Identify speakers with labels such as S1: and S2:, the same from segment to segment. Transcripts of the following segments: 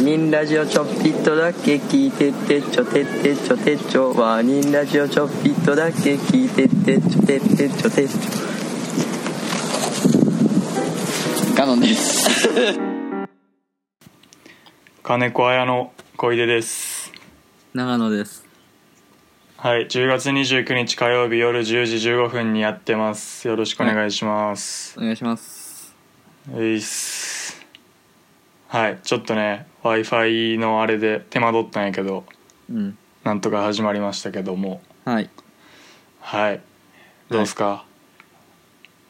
S1: ニンラジオちょっぴっとだけ聞いてってちょてってちょてちょワニンラジオちょっぴっとだけ聞いてってちょてってちょてちょ
S2: ガノンです。
S3: 金子綾の小出です
S1: 長野です
S3: はい10月29日火曜日夜10時15分にやってますよろしくお願いします、
S1: お願いします
S3: ういっすはいちょっとね w i f i のあれで手間取ったんやけど
S1: うん
S3: なんとか始まりましたけども
S1: はい
S3: はいどうですか、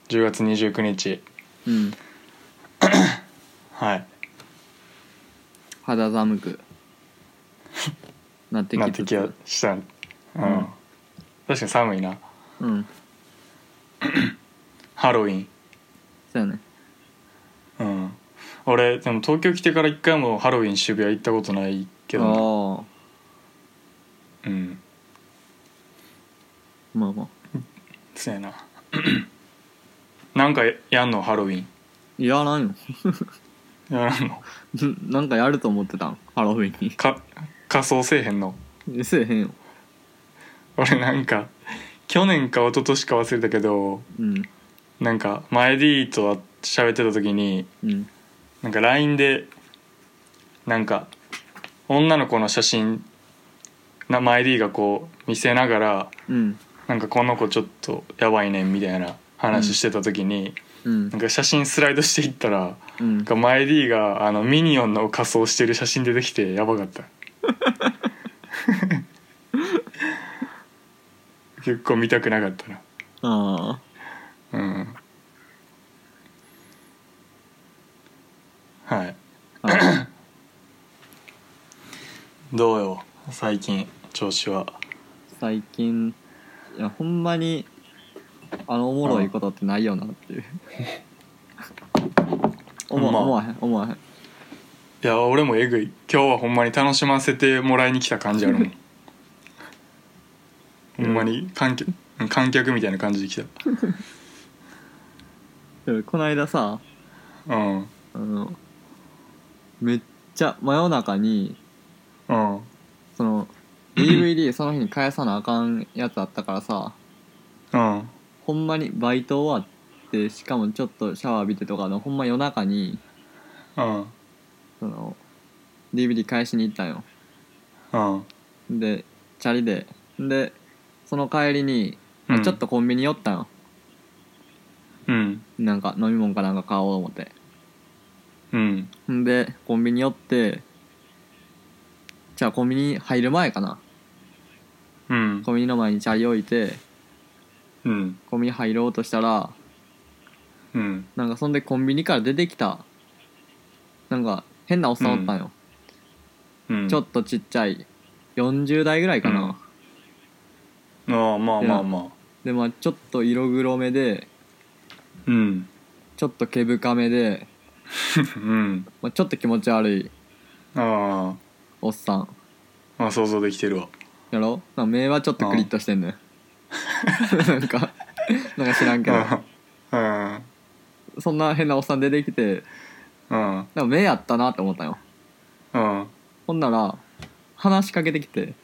S3: 10月29日
S1: うん
S3: はい
S1: 肌寒くなって
S3: な
S1: き
S3: ってきやしたんうん、確かに寒いな
S1: うん
S3: ハロウィン
S1: そうよね
S3: うん俺でも東京来てから一回もハロウィン渋谷行ったことないけどな
S1: ああ
S3: うん
S1: まあまあ
S3: そうやな なんかやんのハロウィン
S1: いらないの
S3: やらんの
S1: なんかやると思ってたんハロウィン
S3: か仮装せえへんの
S1: に せえへんよ
S3: 俺なんか去年か一昨年か忘れたけど
S1: うん
S3: なんか前 D と喋ってた時に
S1: うん
S3: なんか LINE でなんか女の子の写真な前 D がこう見せながら
S1: うん
S3: なんかこの子ちょっとやばいねんみたいな話してた時に、
S1: うん
S3: なんか写真スライドしていったら
S1: うん
S3: なんか前 D があのミニオンの仮装してる写真出てきてやばかった 結構見たくなかったな
S1: ああ
S3: うんはい
S1: あ
S3: どうよ最近調子は
S1: 最近いやほんまにあのおもろいことってないよなっていう思わ
S3: ほんま
S1: 思わへん思わへん
S3: いや俺もえぐい今日はほんまに楽しませてもらいに来た 感じあるもんほんまに観客観客みたいな感じで来
S1: でもこの間さ
S3: たうん
S1: あのめっちゃ真夜中に
S3: うん
S1: その DVD その日に返さなあかんやつあったからさ
S3: うん
S1: ほんまにバイト終わってしかもちょっとシャワー浴びてとかのほんま夜中に
S3: うん
S1: その DVD 返しに行ったんよ
S3: うん
S1: でチャリででその帰りに、
S3: うん
S1: ちょっとコンビニ寄ったんよ
S3: うん
S1: なんか飲み物かなんか買おう思って
S3: うん
S1: んでコンビニ寄ってじゃあコンビニ入る前かな
S3: うん
S1: コンビニの前にチャリ置いて
S3: うん
S1: コンビニ入ろうとしたら
S3: うん
S1: なんかそんでコンビニから出てきたなんか変なおっさんおったんよ、
S3: うん
S1: ちょっとちっちゃい40代ぐらいかな、
S3: うんああまあまあまあ
S1: でまあちょっと色黒めで
S3: うん
S1: ちょっと毛深めで、
S3: うん
S1: まあ、ちょっと気持ち悪い
S3: あ
S1: おっさん
S3: あまあ想像できてるわ
S1: やろなんか目はちょっとクリッとしてんねんなんかなんか知らんけど
S3: うん
S1: そんな変なおっさん出てきて
S3: うん
S1: なんか目やったなって思ったよ
S3: うん
S1: ほんなら話しかけてきて
S3: へ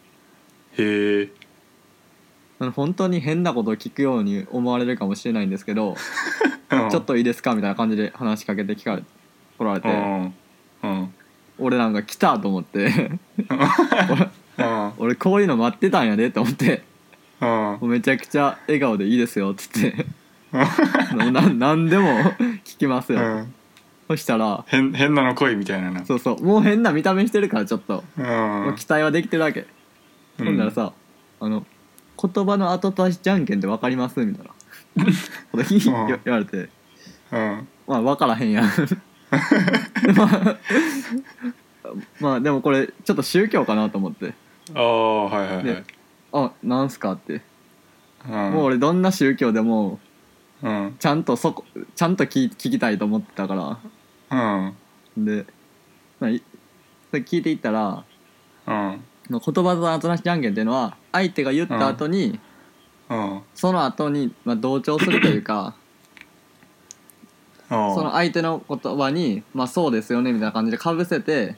S3: え
S1: あの本当に変なことを聞くように思われるかもしれないんですけどち
S3: ち
S1: ょっといいですかみたいな感じで話しかけてきかれ来られ
S3: う
S1: て
S3: んうん
S1: 俺なんか来たと思って 俺
S3: うん
S1: 俺こういうの待ってたんやでと思って
S3: うん
S1: もうめちゃくちゃ笑顔でいいですよっつってなな何でも聞きますよ、
S3: うん
S1: そしたら
S3: 変変なの来いみたいなな
S1: そうそうもう変な見た目してるからちょっと、
S3: うん
S1: もう期待はできてるわけ、
S3: うん
S1: ほんならさあの言葉の後足しじゃんけんって分かりますみたい なことひ言われて
S3: うん
S1: まあ分からへん やんまあまあでもこれちょっと宗教かなと思って
S3: ああはいはいはい
S1: で「あなんすか?」って、
S3: うん
S1: もう俺どんな宗教でも
S3: うん
S1: ちゃんとそこちゃんと聞聞きたいと思ってたから
S3: うん
S1: でないそれ聞いていったら
S3: うん
S1: 言葉の後なしじゃんけんっていうのは相手が言った後に、
S3: うん
S1: その後にまあ、同調するというかその相手の言葉に「まあ、そうですよね」みたいな感じでかぶせて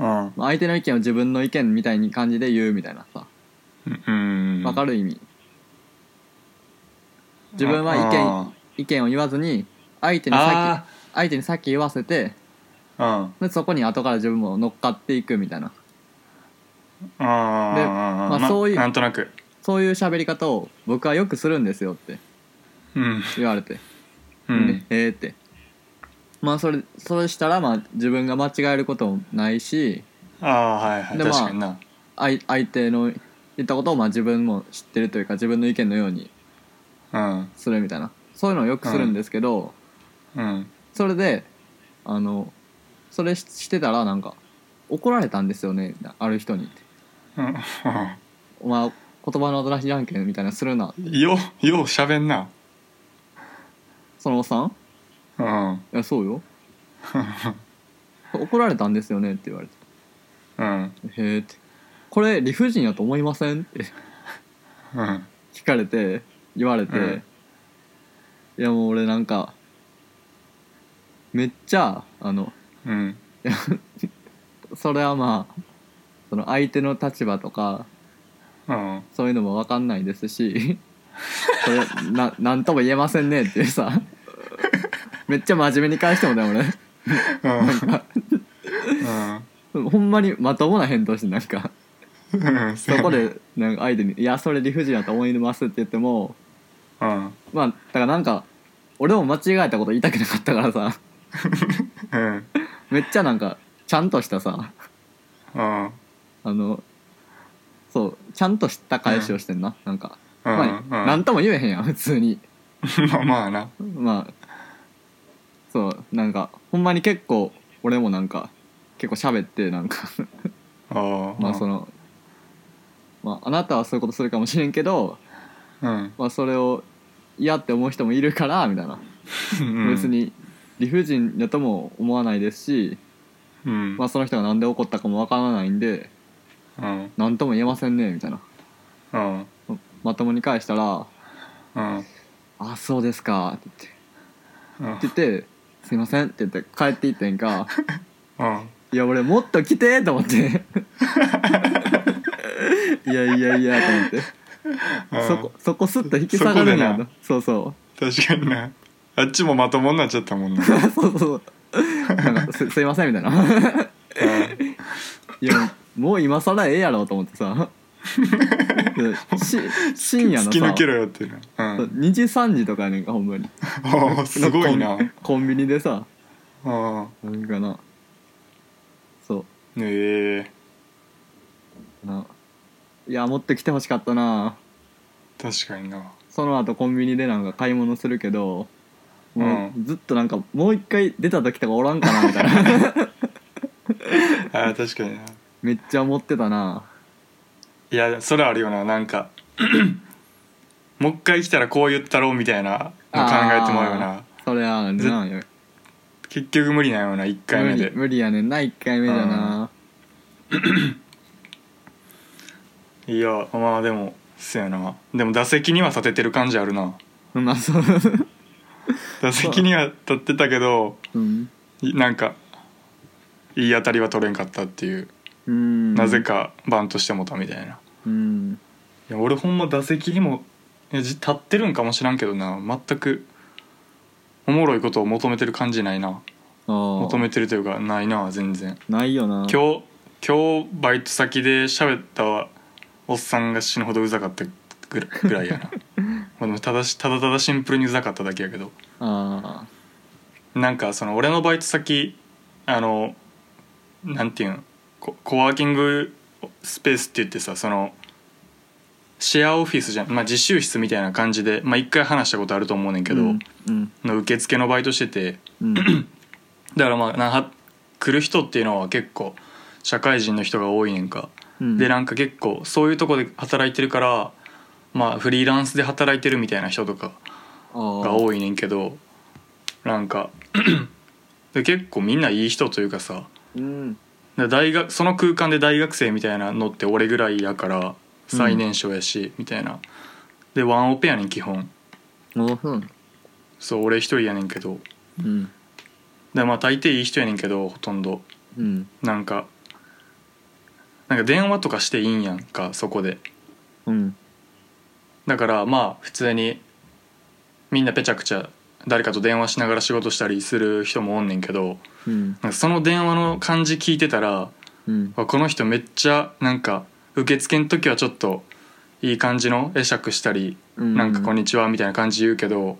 S3: うん
S1: まあ相手の意見を自分の意見みたいに感じで言うみたいなさ
S3: うん
S1: わかる意味自分は
S3: あ
S1: 意見意見を言わずに相手に先
S3: あ
S1: 相手に先言わせて
S3: ーうん
S1: でそこに後から自分も乗っかっていくみたいな
S3: あー
S1: で
S3: あー
S1: まあ
S3: な
S1: そういう
S3: なんとなく
S1: そういう喋り方を僕はよくするんですよって
S3: うん
S1: 言われて
S3: う
S1: で
S3: ん
S1: ええってまあそれそれしたらまあ自分が間違えることもないし
S3: ああはいはい
S1: でまあ
S3: 確かにな
S1: 相相手の言ったことをまあ自分も知ってるというか自分の意見のように
S3: うん
S1: するみたいなそういうのをよくするんですけど、
S3: うん
S1: それであのそれししてたらなんか怒られたんですよねある人に
S3: うん
S1: 「お前言葉の新しいじゃんけん」みたいなのするな
S3: よようしゃべんな
S1: そのおっさん
S3: うん
S1: いやそうよ怒られたんですよねって言われて
S3: うん
S1: 「へえ」って「これ理不尽やと思いません?」って
S3: うん
S1: 聞かれて言われて、
S3: うん
S1: いやもう俺なんかめっちゃあの
S3: うん
S1: それはまあその相手の立場とか
S3: うん
S1: そういうのも分かんないです しそれななんとも言えませんねっていうさめっちゃ真面目に返してもね俺ほんまにまともな返答してなんか
S3: うん
S1: そこでなんか相手に「いやそれ理不尽やと思います」って言っても
S3: うん
S1: まあだからなんか俺も間違えたこと言いたくなかったからさ
S3: うん
S1: めっちゃなんかちゃんとしたさ
S3: うん
S1: あのそうちゃんとした返しをしてんな、なんか、
S3: うん
S1: まあなんとも言えへんやん普通に
S3: まあまあな
S1: まあそうなんかほんまに結構俺もなんか結構喋ってなんか
S3: あ
S1: まあその、まあ、あなたはそういうことするかもしれんけど、
S3: うん
S1: まあ、それを嫌って思う人もいるからみたいな、別に理不尽だとも思わないですし、
S3: うん
S1: まあ、その人が何で怒ったかもわからないんで
S3: うん
S1: 何とも言えませんねみたいな
S3: うん
S1: まともに返したら
S3: うん
S1: 「あそうですか」って
S3: うん
S1: 言って言って「すいません」って言って帰っていってんか
S3: うん
S1: 「いや俺もっと来て」と思って 「いやいやいや」と思ってそこそこスッと引き下がるんや
S3: そ
S1: な
S3: こでな
S1: そうそ
S3: 確かになあっちもまともになっちゃったもんな
S1: うそう そうなんかす「すいません」みたいな「いやもう今更ええやろ」と思って さし深夜の
S3: 突き
S1: さ
S3: 抜けろよっていうなうん
S1: 2時3時とかやねんかほんまに
S3: ああ すごいな
S1: コンコンビニでさ
S3: うん
S1: なんかなそ
S3: ええ
S1: うないや持ってきてほしかったな
S3: 確かにな
S1: その後コンビニでなんか買い物するけども
S3: う
S1: うずっとなんかもう一回出た時とかおらんかなみた いな
S3: ああ確かにな
S1: めっちゃ思ってたない
S3: やそれあるよななんか もう一回来たらこう言ったろうみたいなの考えてもらうよ
S1: あ
S3: な
S1: ーそれは
S3: ず
S1: なよ
S3: 結局無理なんよな1回
S1: 無
S3: 目
S1: 理
S3: で
S1: 無理やねんな1回目だない
S3: やまあでもそうやなでも打席には立ててる感じあるな
S1: まあそう
S3: 打席には立ってたけど
S1: うん
S3: いなんかいい当たりは取れんかったっていう、
S1: うん
S3: なぜかバントしてもたみたいない
S1: うん
S3: や俺ほんま打席にもいやじ立ってるんかもしらんけどな全くおもろいことを求めてる感じないな
S1: あ
S3: 求
S1: あ
S3: めてるというかないな全然
S1: ないよな
S3: 今日今日バイト先で喋ったおっさんが死ぬほどうざかったぐらぐらいやなまあでもただしただただシンプルにうざかっただけやけど
S1: あ
S3: なんかその俺のバイト先あのなんていうんココワーキングスペースって言ってさそのシェアオフィスじゃん、まあ、自習室みたいな感じでまあ、一回話したことあると思うねん
S1: け
S3: けど、
S1: うんうん
S3: の受付のバイトしてて
S1: うん
S3: だからまあなは来る人っていうのは結構社会人の人が多いねんか、
S1: うん
S3: でなんか結構そういうとこで働いてるからまあフリーランスで働いてるみたいな人とか
S1: あー
S3: が多いねんけどな んかで結構みんないい人というかさ
S1: うん
S3: で大学その空間で大学生みたいなのって俺ぐらいやから最年少やし、みたいなでワンオペやねん基本
S1: もううん
S3: そう俺一人やねんけど
S1: うん
S3: でまあ大抵いい人やねんけどほとんど
S1: うん
S3: なんかなんか電話とかしていいんやんかそこで
S1: うん
S3: だからまあ普通にみんなぺちゃくちゃ誰かと電話しながら仕事したりする人もおんねんけど
S1: うん
S3: なんかその電話の感じ聞いてたら
S1: うん
S3: わこの人めっちゃなんか受付の時はちょっといい感じの会釈したり「
S1: うん
S3: なんかこんにちは」みたいな感じ言うけど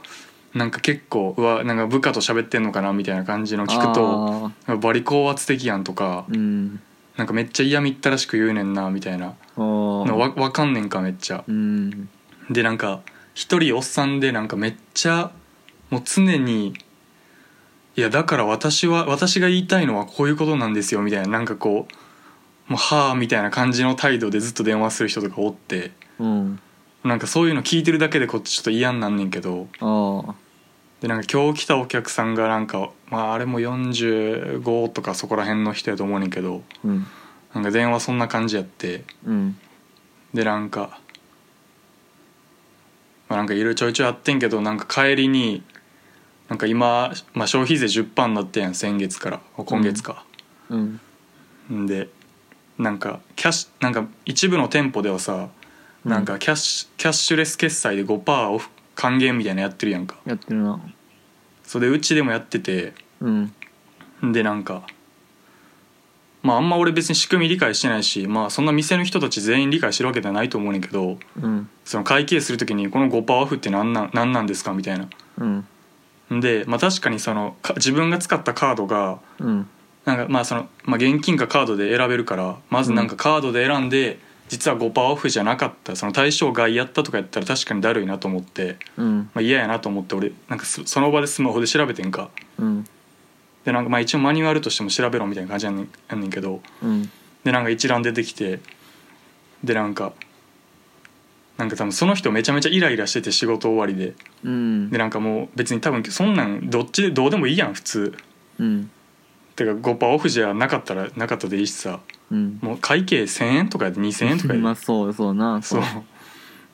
S3: なんか結構うわなんか部下と喋ってんのかなみたいな感じの聞くと
S1: あ
S3: バリ高圧的やんとか
S1: ーうん
S3: なんかめっちゃ嫌みったらしく言うねんなみたいな
S1: あー
S3: のわわかんねんかめっちゃ。
S1: うん
S3: でなんか一人おっさんでなんかめっちゃもう常に「いやだから私は私が言いたいのはこういうことなんですよ」みたいななんかこう「もうはあ」みたいな感じの態度でずっと電話する人とかおって
S1: うん
S3: なんかそういうの聞いてるだけでこっちちょっと嫌になんねんけど
S1: あー
S3: でなんか今日来たお客さんがなんかまああれも45とかそこら辺の人やと思うねんけど
S1: うん
S3: なんか電話そんな感じやって。
S1: うん
S3: でなんかまあなんかいろいろちょいちょいあってんけどなんか帰りになんか今、まあ、消費税10%になってんやん先月から今月か、
S1: うん
S3: ん、でなんかキャッシュなんか一部の店舗ではさ
S1: うん
S3: なんかキャッシュ、キャッシュレス決済で5%オフ還元みたいなのやってるやんか
S1: やってるな
S3: それでうちでもやってて
S1: うん
S3: でなんかまああんま俺別に仕組み理解してないしまあそんな店の人たち全員理解してるわけではないと思うねんけど
S1: うん
S3: その会計する時にこの5%オフって何なん何なんですかみたいな
S1: うん
S3: んで、まあ、確かにそのか自分が使ったカードが
S1: うん
S3: なんかまあその、まあ、現金かカードで選べるからまずなんかカードで選んで、実は5%オフじゃなかったその対象外やったとかやったら確かにだるいなと思って、
S1: うん
S3: まあ、嫌やなと思って俺なんかそその場でスマホで調べてんか
S1: うん
S3: でなんかまあ一応マニュアルとしても調べろみたいな感じやんねんやんねんけど
S1: うん
S3: でなんか一覧出てきてでなんかなんか多分その人めちゃめちゃイライラしてて仕事終わりで。
S1: うん
S3: でなんかもう別に多分そんなんどっちでどうでもいいやん普通
S1: うん
S3: てか5%オフじゃなかったらなかったでいいしさ
S1: うん
S3: もう会計1,000円とかやで2,000円とかやで
S1: まあそうそうな
S3: そ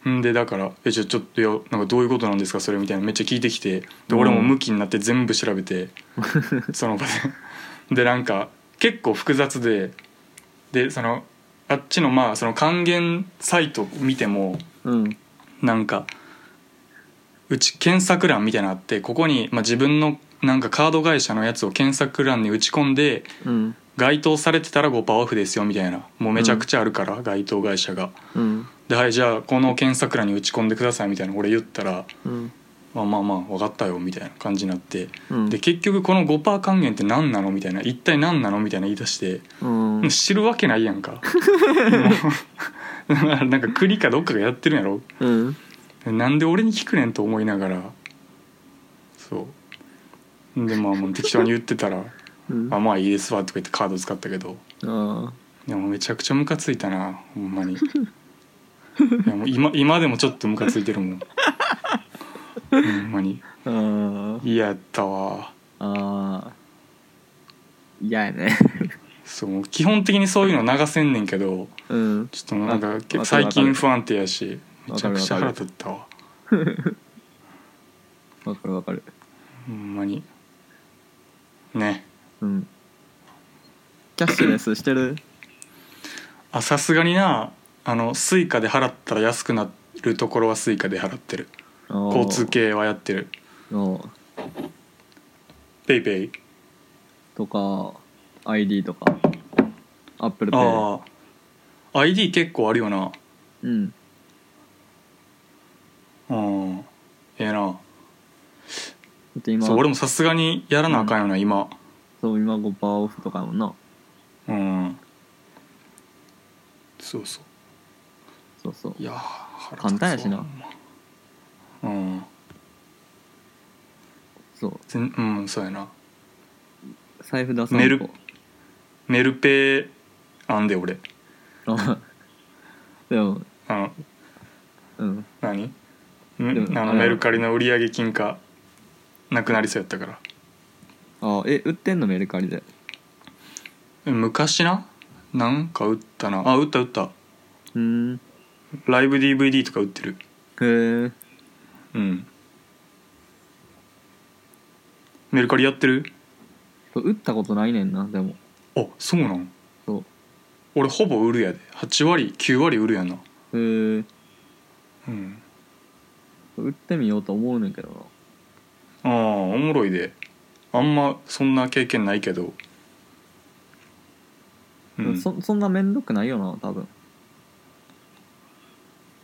S3: うんでだから「えじゃあちょっといやなんかどういうことなんですかそれ」みたいなめっちゃ聞いてきてで俺も
S1: うん
S3: ムキになって全部調 べてその場ででなんか結構複雑ででそのあっちのまあその還元サイト見ても
S1: うん
S3: なんかうち検索欄みたいなのあってここに、まあ、自分のなんかカード会社のやつを検索欄に打ち込んで
S1: うん
S3: 該当されてたら5%オフですよみたいなもうめちゃくちゃあるから、該当会社が
S1: うん
S3: ではいじゃあこの検索欄に打ち込んでくださいみたいな俺言ったら
S1: うん
S3: まあまあまあ分かったよみたいな感じになって
S1: うん
S3: で結局この5%還元って何なのみたいな一体何なのみたいな言い出して
S1: うん
S3: 知るわけないや んか もうなんか 国かどっかがやってるんやろ
S1: うん
S3: なんで俺に聞くねんと思いながらそうでまあもう適当に言ってた ら「
S1: うん
S3: あまあいいですわ」とか言ってカード使ったけど
S1: あ
S3: いやもうめちゃくちゃムカついたなほんまにいやもう今今でもちょっとムカついてるもんほんまに
S1: ああ
S3: 嫌やったわ
S1: あ嫌やね
S3: そうもう基本的にそういうの流せんねんけど
S1: うん
S3: ちょっともうなんか
S1: わかる
S3: 最
S1: わか
S3: 近
S1: る
S3: 不安定やしめちゃくちゃ
S1: わかるわ
S3: 腹
S1: か
S3: 立ったわ
S1: わかるわかる
S3: ほんまにね
S1: うんキャッシュレスしてる
S3: あさすがになあのスイカで払ったら安くなるところはスイカで払ってる交
S1: 交
S3: 通系はやってる
S1: の
S3: ペイペイ
S1: とか ID とかアップルペイ
S3: ああ ID 結構あるよな
S1: うん
S3: うんええな
S1: だって今
S3: そう俺
S1: そ
S3: もさすがにやらなあかんよな、今
S1: う今5%オフとかやもんな
S3: うんそうそう
S1: そうそう
S3: いやー腹立つわ
S1: 簡単やしな
S3: うん
S1: そう
S3: ぜんうんそうやな
S1: 財布出さんと
S3: メルメルペイあんで俺
S1: あでも
S3: あの
S1: うん
S3: 何ん
S1: もあ
S3: あの
S1: れは
S3: メルカリの売上金貨なくなりそうやったから
S1: あえ売ってんのメルカリで
S3: 昔ななんか売ったなあ売った売った
S1: うんへ
S3: ライブ DVD とか売ってる
S1: え
S3: うんメルカリやってる
S1: そう打ったことないねんなでも
S3: あそうなん
S1: そう
S3: 俺ほぼ売るやで8割9割売るやな
S1: えー、
S3: うん
S1: 売ってみようと思うねんけどな
S3: ああおもろいであんまそんな経験ないけどう、ん、
S1: そそんな面倒くないよな多分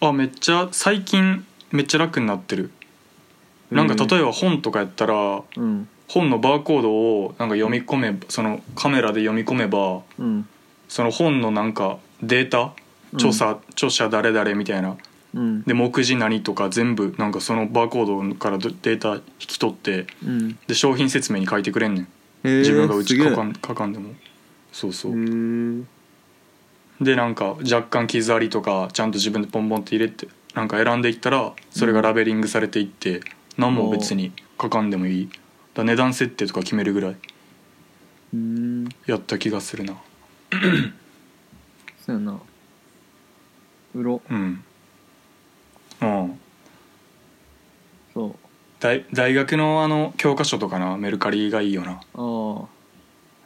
S3: あめっちゃ最近めっちゃ楽になってるなんか例えば本とかやったら
S1: ばうん
S3: 本のバーコードをなんか読み込めばそのカメラで読み込めば
S1: うん
S3: その本のなんかデータ調査、著者誰々みたいな
S1: うん
S3: で目次何とか全部なんかそのバーコードからデータ引き取って
S1: うん
S3: で商品説明に書いてくれんねん、
S1: えー
S3: 自分がう
S1: す
S3: ち
S1: げえ
S3: 書かん書かんでもそうそう、
S1: へー
S3: でなんか若干傷ありとかちゃんと自分でポンポンって入れてなんか選んでいったらそれがラベリングされていって何も別に書かんでもいいだから値段設定とか決めるぐらいう
S1: ーん
S3: やった気がするな
S1: そうやなうろ
S3: うんうん
S1: そう
S3: 大大学のあの教科書とかなメルカリがいいよな
S1: ああ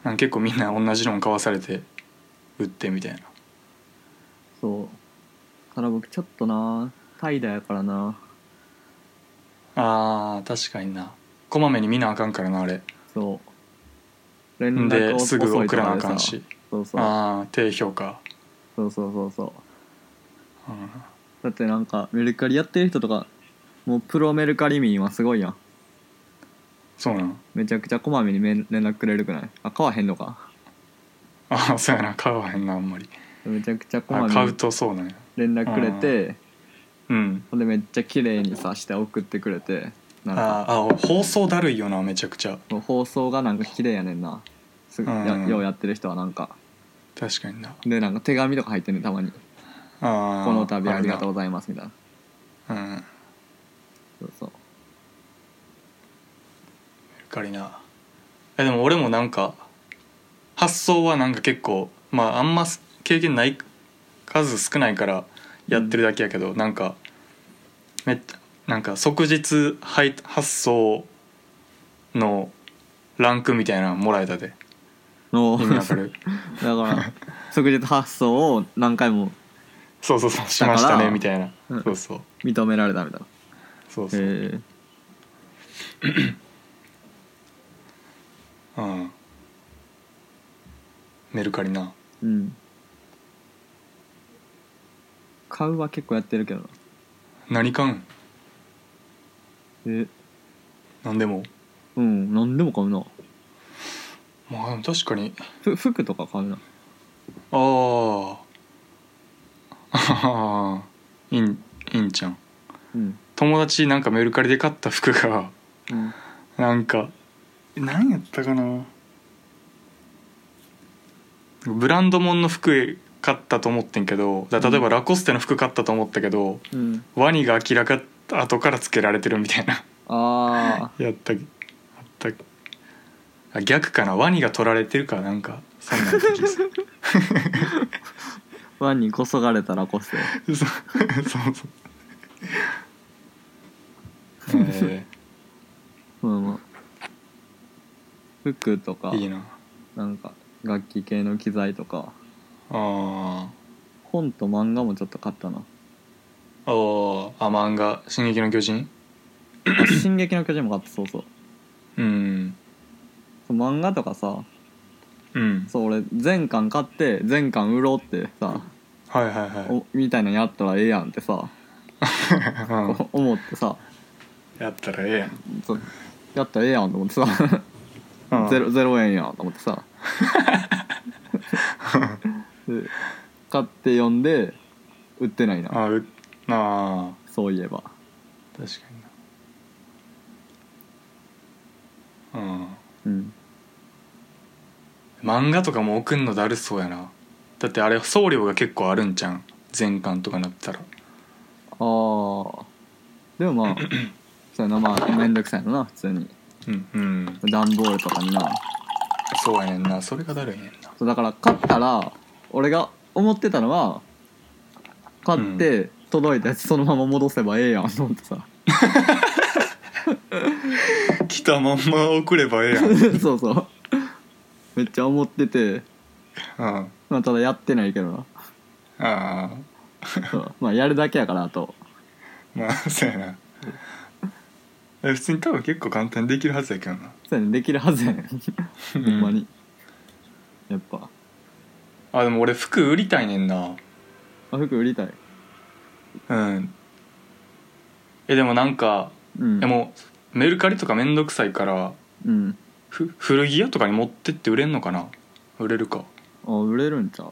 S3: なんか結構みんな同じの買わされて売ってみたいな
S1: そうから僕ちょっとな怠惰やからな
S3: あー確かになこまめに見なあかんからなあれ
S1: そう連を
S3: ですぐ
S1: 遅い
S3: 送
S1: とかで
S3: らなあ
S1: さ
S3: かんし
S1: そうそう
S3: ああ低評価
S1: そうそうそうそう
S3: うん
S1: だってなんかメルカリやってる人とかもうプロメルカリ民はすごいやん
S3: そうなん
S1: めちゃくちゃこまめにめん連絡くれるくないあ買わへんのか
S3: ああそうやな買わへんなあんまり
S1: めちゃくちゃこ
S3: あ
S1: ま
S3: 買
S1: め
S3: う
S1: に
S3: とそうなんや
S1: 連絡くれて
S3: うん
S1: ほんでめっちゃ綺麗にさして送ってくれてなんか
S3: あーあ放送だるいよなめちゃくちゃ
S1: もう放送がなんか綺麗やねんなすぐ
S3: うん
S1: やようやってる人はなんか
S3: 確かにな
S1: でなんか手紙とか入ってんねんたまに「
S3: あ
S1: この度ありがとう
S3: う
S1: ございます」みたいな
S3: うんメル
S1: そうそう
S3: カリなえでも俺もなんか発想はなんか結構まああんます経験ない数少ないからやってるだけやけど、なんかめっなんか即日配発送のランクみたいなのもらえたで
S1: の
S3: 意味わかる
S1: だから即日発送を何回も
S3: そうそうそうしました
S1: だか
S3: ね
S1: ら
S3: みたいな、
S1: うん
S3: そうそう
S1: 認められたみたいな
S3: そうそう
S1: へえ
S3: うんメルカリな
S1: うん買うは結構やってるけどな
S3: 何買うん
S1: え
S3: 何でも
S1: うん何でも買うな
S3: まあでも確かに
S1: ふ服とか買うな
S3: あ あいいんいいんちゃん
S1: うん
S3: 友達なんかメルカリで買った服が
S1: うん
S3: なんか何やったかなブランドもんの服買ったと思ってんけどだ例えばラコステの服買ったと思ったけど、
S1: うん
S3: ワニが明らか後からつけられてるみたいな
S1: あ
S3: やったあったあ逆かなワニが取られてるかなんかそんなんやった気がする
S1: あワニこそがれたらこそ
S3: そうそうそうえ
S1: うんまあ服とか
S3: ーいいな
S1: なんか楽器系の機材とか
S3: あ
S1: 本と漫画もちょっと買ったな
S3: ーあーあ漫画「進撃の巨人
S1: あ 進撃の巨人も買ったそうそう」
S3: うん
S1: そう漫画とかさ
S3: うん
S1: そう俺全巻買って全巻売ろうってさ
S3: はいはいはい
S1: おみたいなのやったらええやんってさ
S3: うん
S1: 思ってさ
S3: やったらええやん
S1: そうやったらええやんと思ってさ
S3: う ん
S1: ゼロゼロ円やんと思って さで買って読んで売ってないな
S3: あうあ
S1: そういえば
S3: ー確かになうん
S1: うん
S3: 漫画とかも送んのだるそうやなだってあれ送料が結構あるんじゃん全巻とかなった
S1: あ
S3: ら
S1: あでもま あそうやなまあ面倒くさいのな普通に
S3: うんうん
S1: 段ボールとかにな
S3: そうやねんなそれがだるいねんな
S1: そうだから買ったら俺が思ってたのは買って届いたやつそのまま戻せばええやんと思って さ
S3: 来たまんま送ればええやん
S1: そうそうめっちゃ思ってて
S3: うんあ
S1: まあただやってないけどな
S3: あ
S1: そうまあやるだけやからあと
S3: まあそうやなえ普通に多分結構簡単にできるはずやけどな
S1: そうやねできるはずやねんほんまにやっぱ
S3: あでも俺服売りたいねんな
S1: あ服売りたい
S3: うんえでもなんか、
S1: うん
S3: えもうメルカリとかめんどくさいから
S1: うん
S3: ふ古着屋とかに持ってって売れんのかな売れるか、
S1: あ売れるんちゃう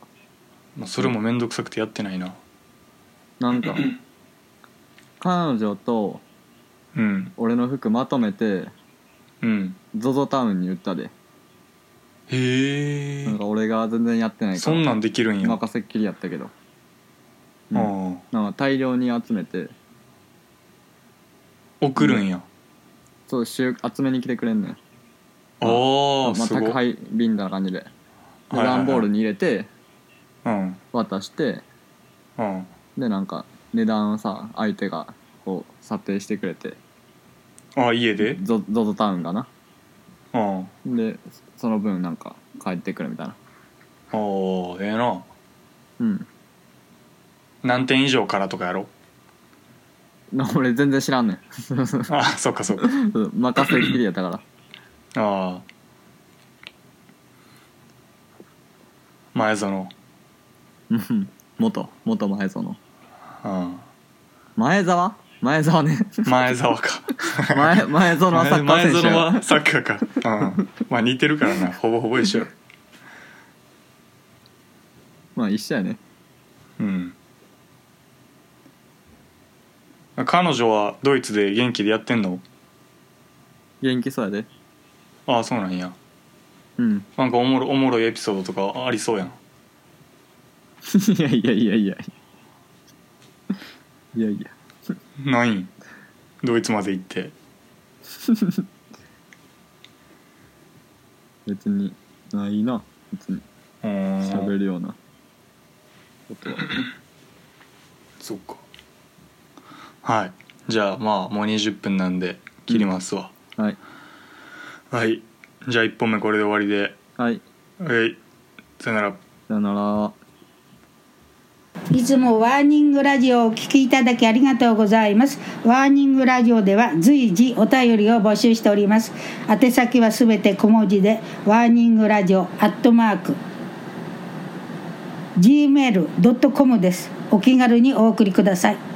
S3: まあ、それもめんどくさくてやってないな
S1: なん か彼女と
S3: うん
S1: 俺の服まとめて
S3: うん
S1: ZOZO タウンに売ったで
S3: へえ
S1: なんか俺が全然やってないか
S3: そん
S1: ら
S3: なんできるんや、うん、あ
S1: 任せっきりやったけど、うん、
S3: あ
S1: なんか大量に集めて
S3: 送るんや、
S1: そう集集めに来てくれんねん
S3: あ
S1: ま
S3: あ
S1: あ、
S3: すご
S1: 宅
S3: い、
S1: 配便みたいな感じでで
S3: はいはいは
S1: 段
S3: い
S1: ボールに入れて
S3: うん
S1: 渡して
S3: うん
S1: でなんか値段をさ相手がこう査定してくれて
S3: あ家で
S1: ゾ ZOZO タウンがな
S3: うんあ
S1: でその分なんか帰ってくるみたいな
S3: あええな
S1: うん
S3: 何点以上からとかやろ
S1: な俺全然知らんねん
S3: ああそっかそっか
S1: そう任せっきりやったから
S3: ああ前園
S1: うん元元前園
S3: うん
S1: 前澤前澤ね
S3: 前澤 か
S1: 前前園はサッカー
S3: 前
S1: 選手
S3: 園
S1: や
S3: はサッカーか、うん、まあ似てるからなほぼほぼ一緒や
S1: まあ一緒やね
S3: うん彼女はドイツで元気でやってんの
S1: 元気そうやで
S3: ああそうなんや
S1: うん
S3: なんかおもろおもろいエピソードとかありそうやん
S1: いやいやいやいやいやいや
S3: ないんドイツまで行って
S1: 別にないな別に
S3: うー
S1: 喋
S3: ん
S1: るようなこと は
S3: そっかはいじゃあまあもう20分なんで切りますわ、
S1: はい
S3: はいじゃあ1本目これで終わりで
S1: はい
S3: はいさよなら
S1: さよなら
S4: いつもワーニングラジオをお聞きいただきありがとうございます。ワーニングラジオでは随時お便りを募集しております。宛先はすべて小文字で、ワーニングラジオアットマーク、gmail.com です。お気軽にお送りください。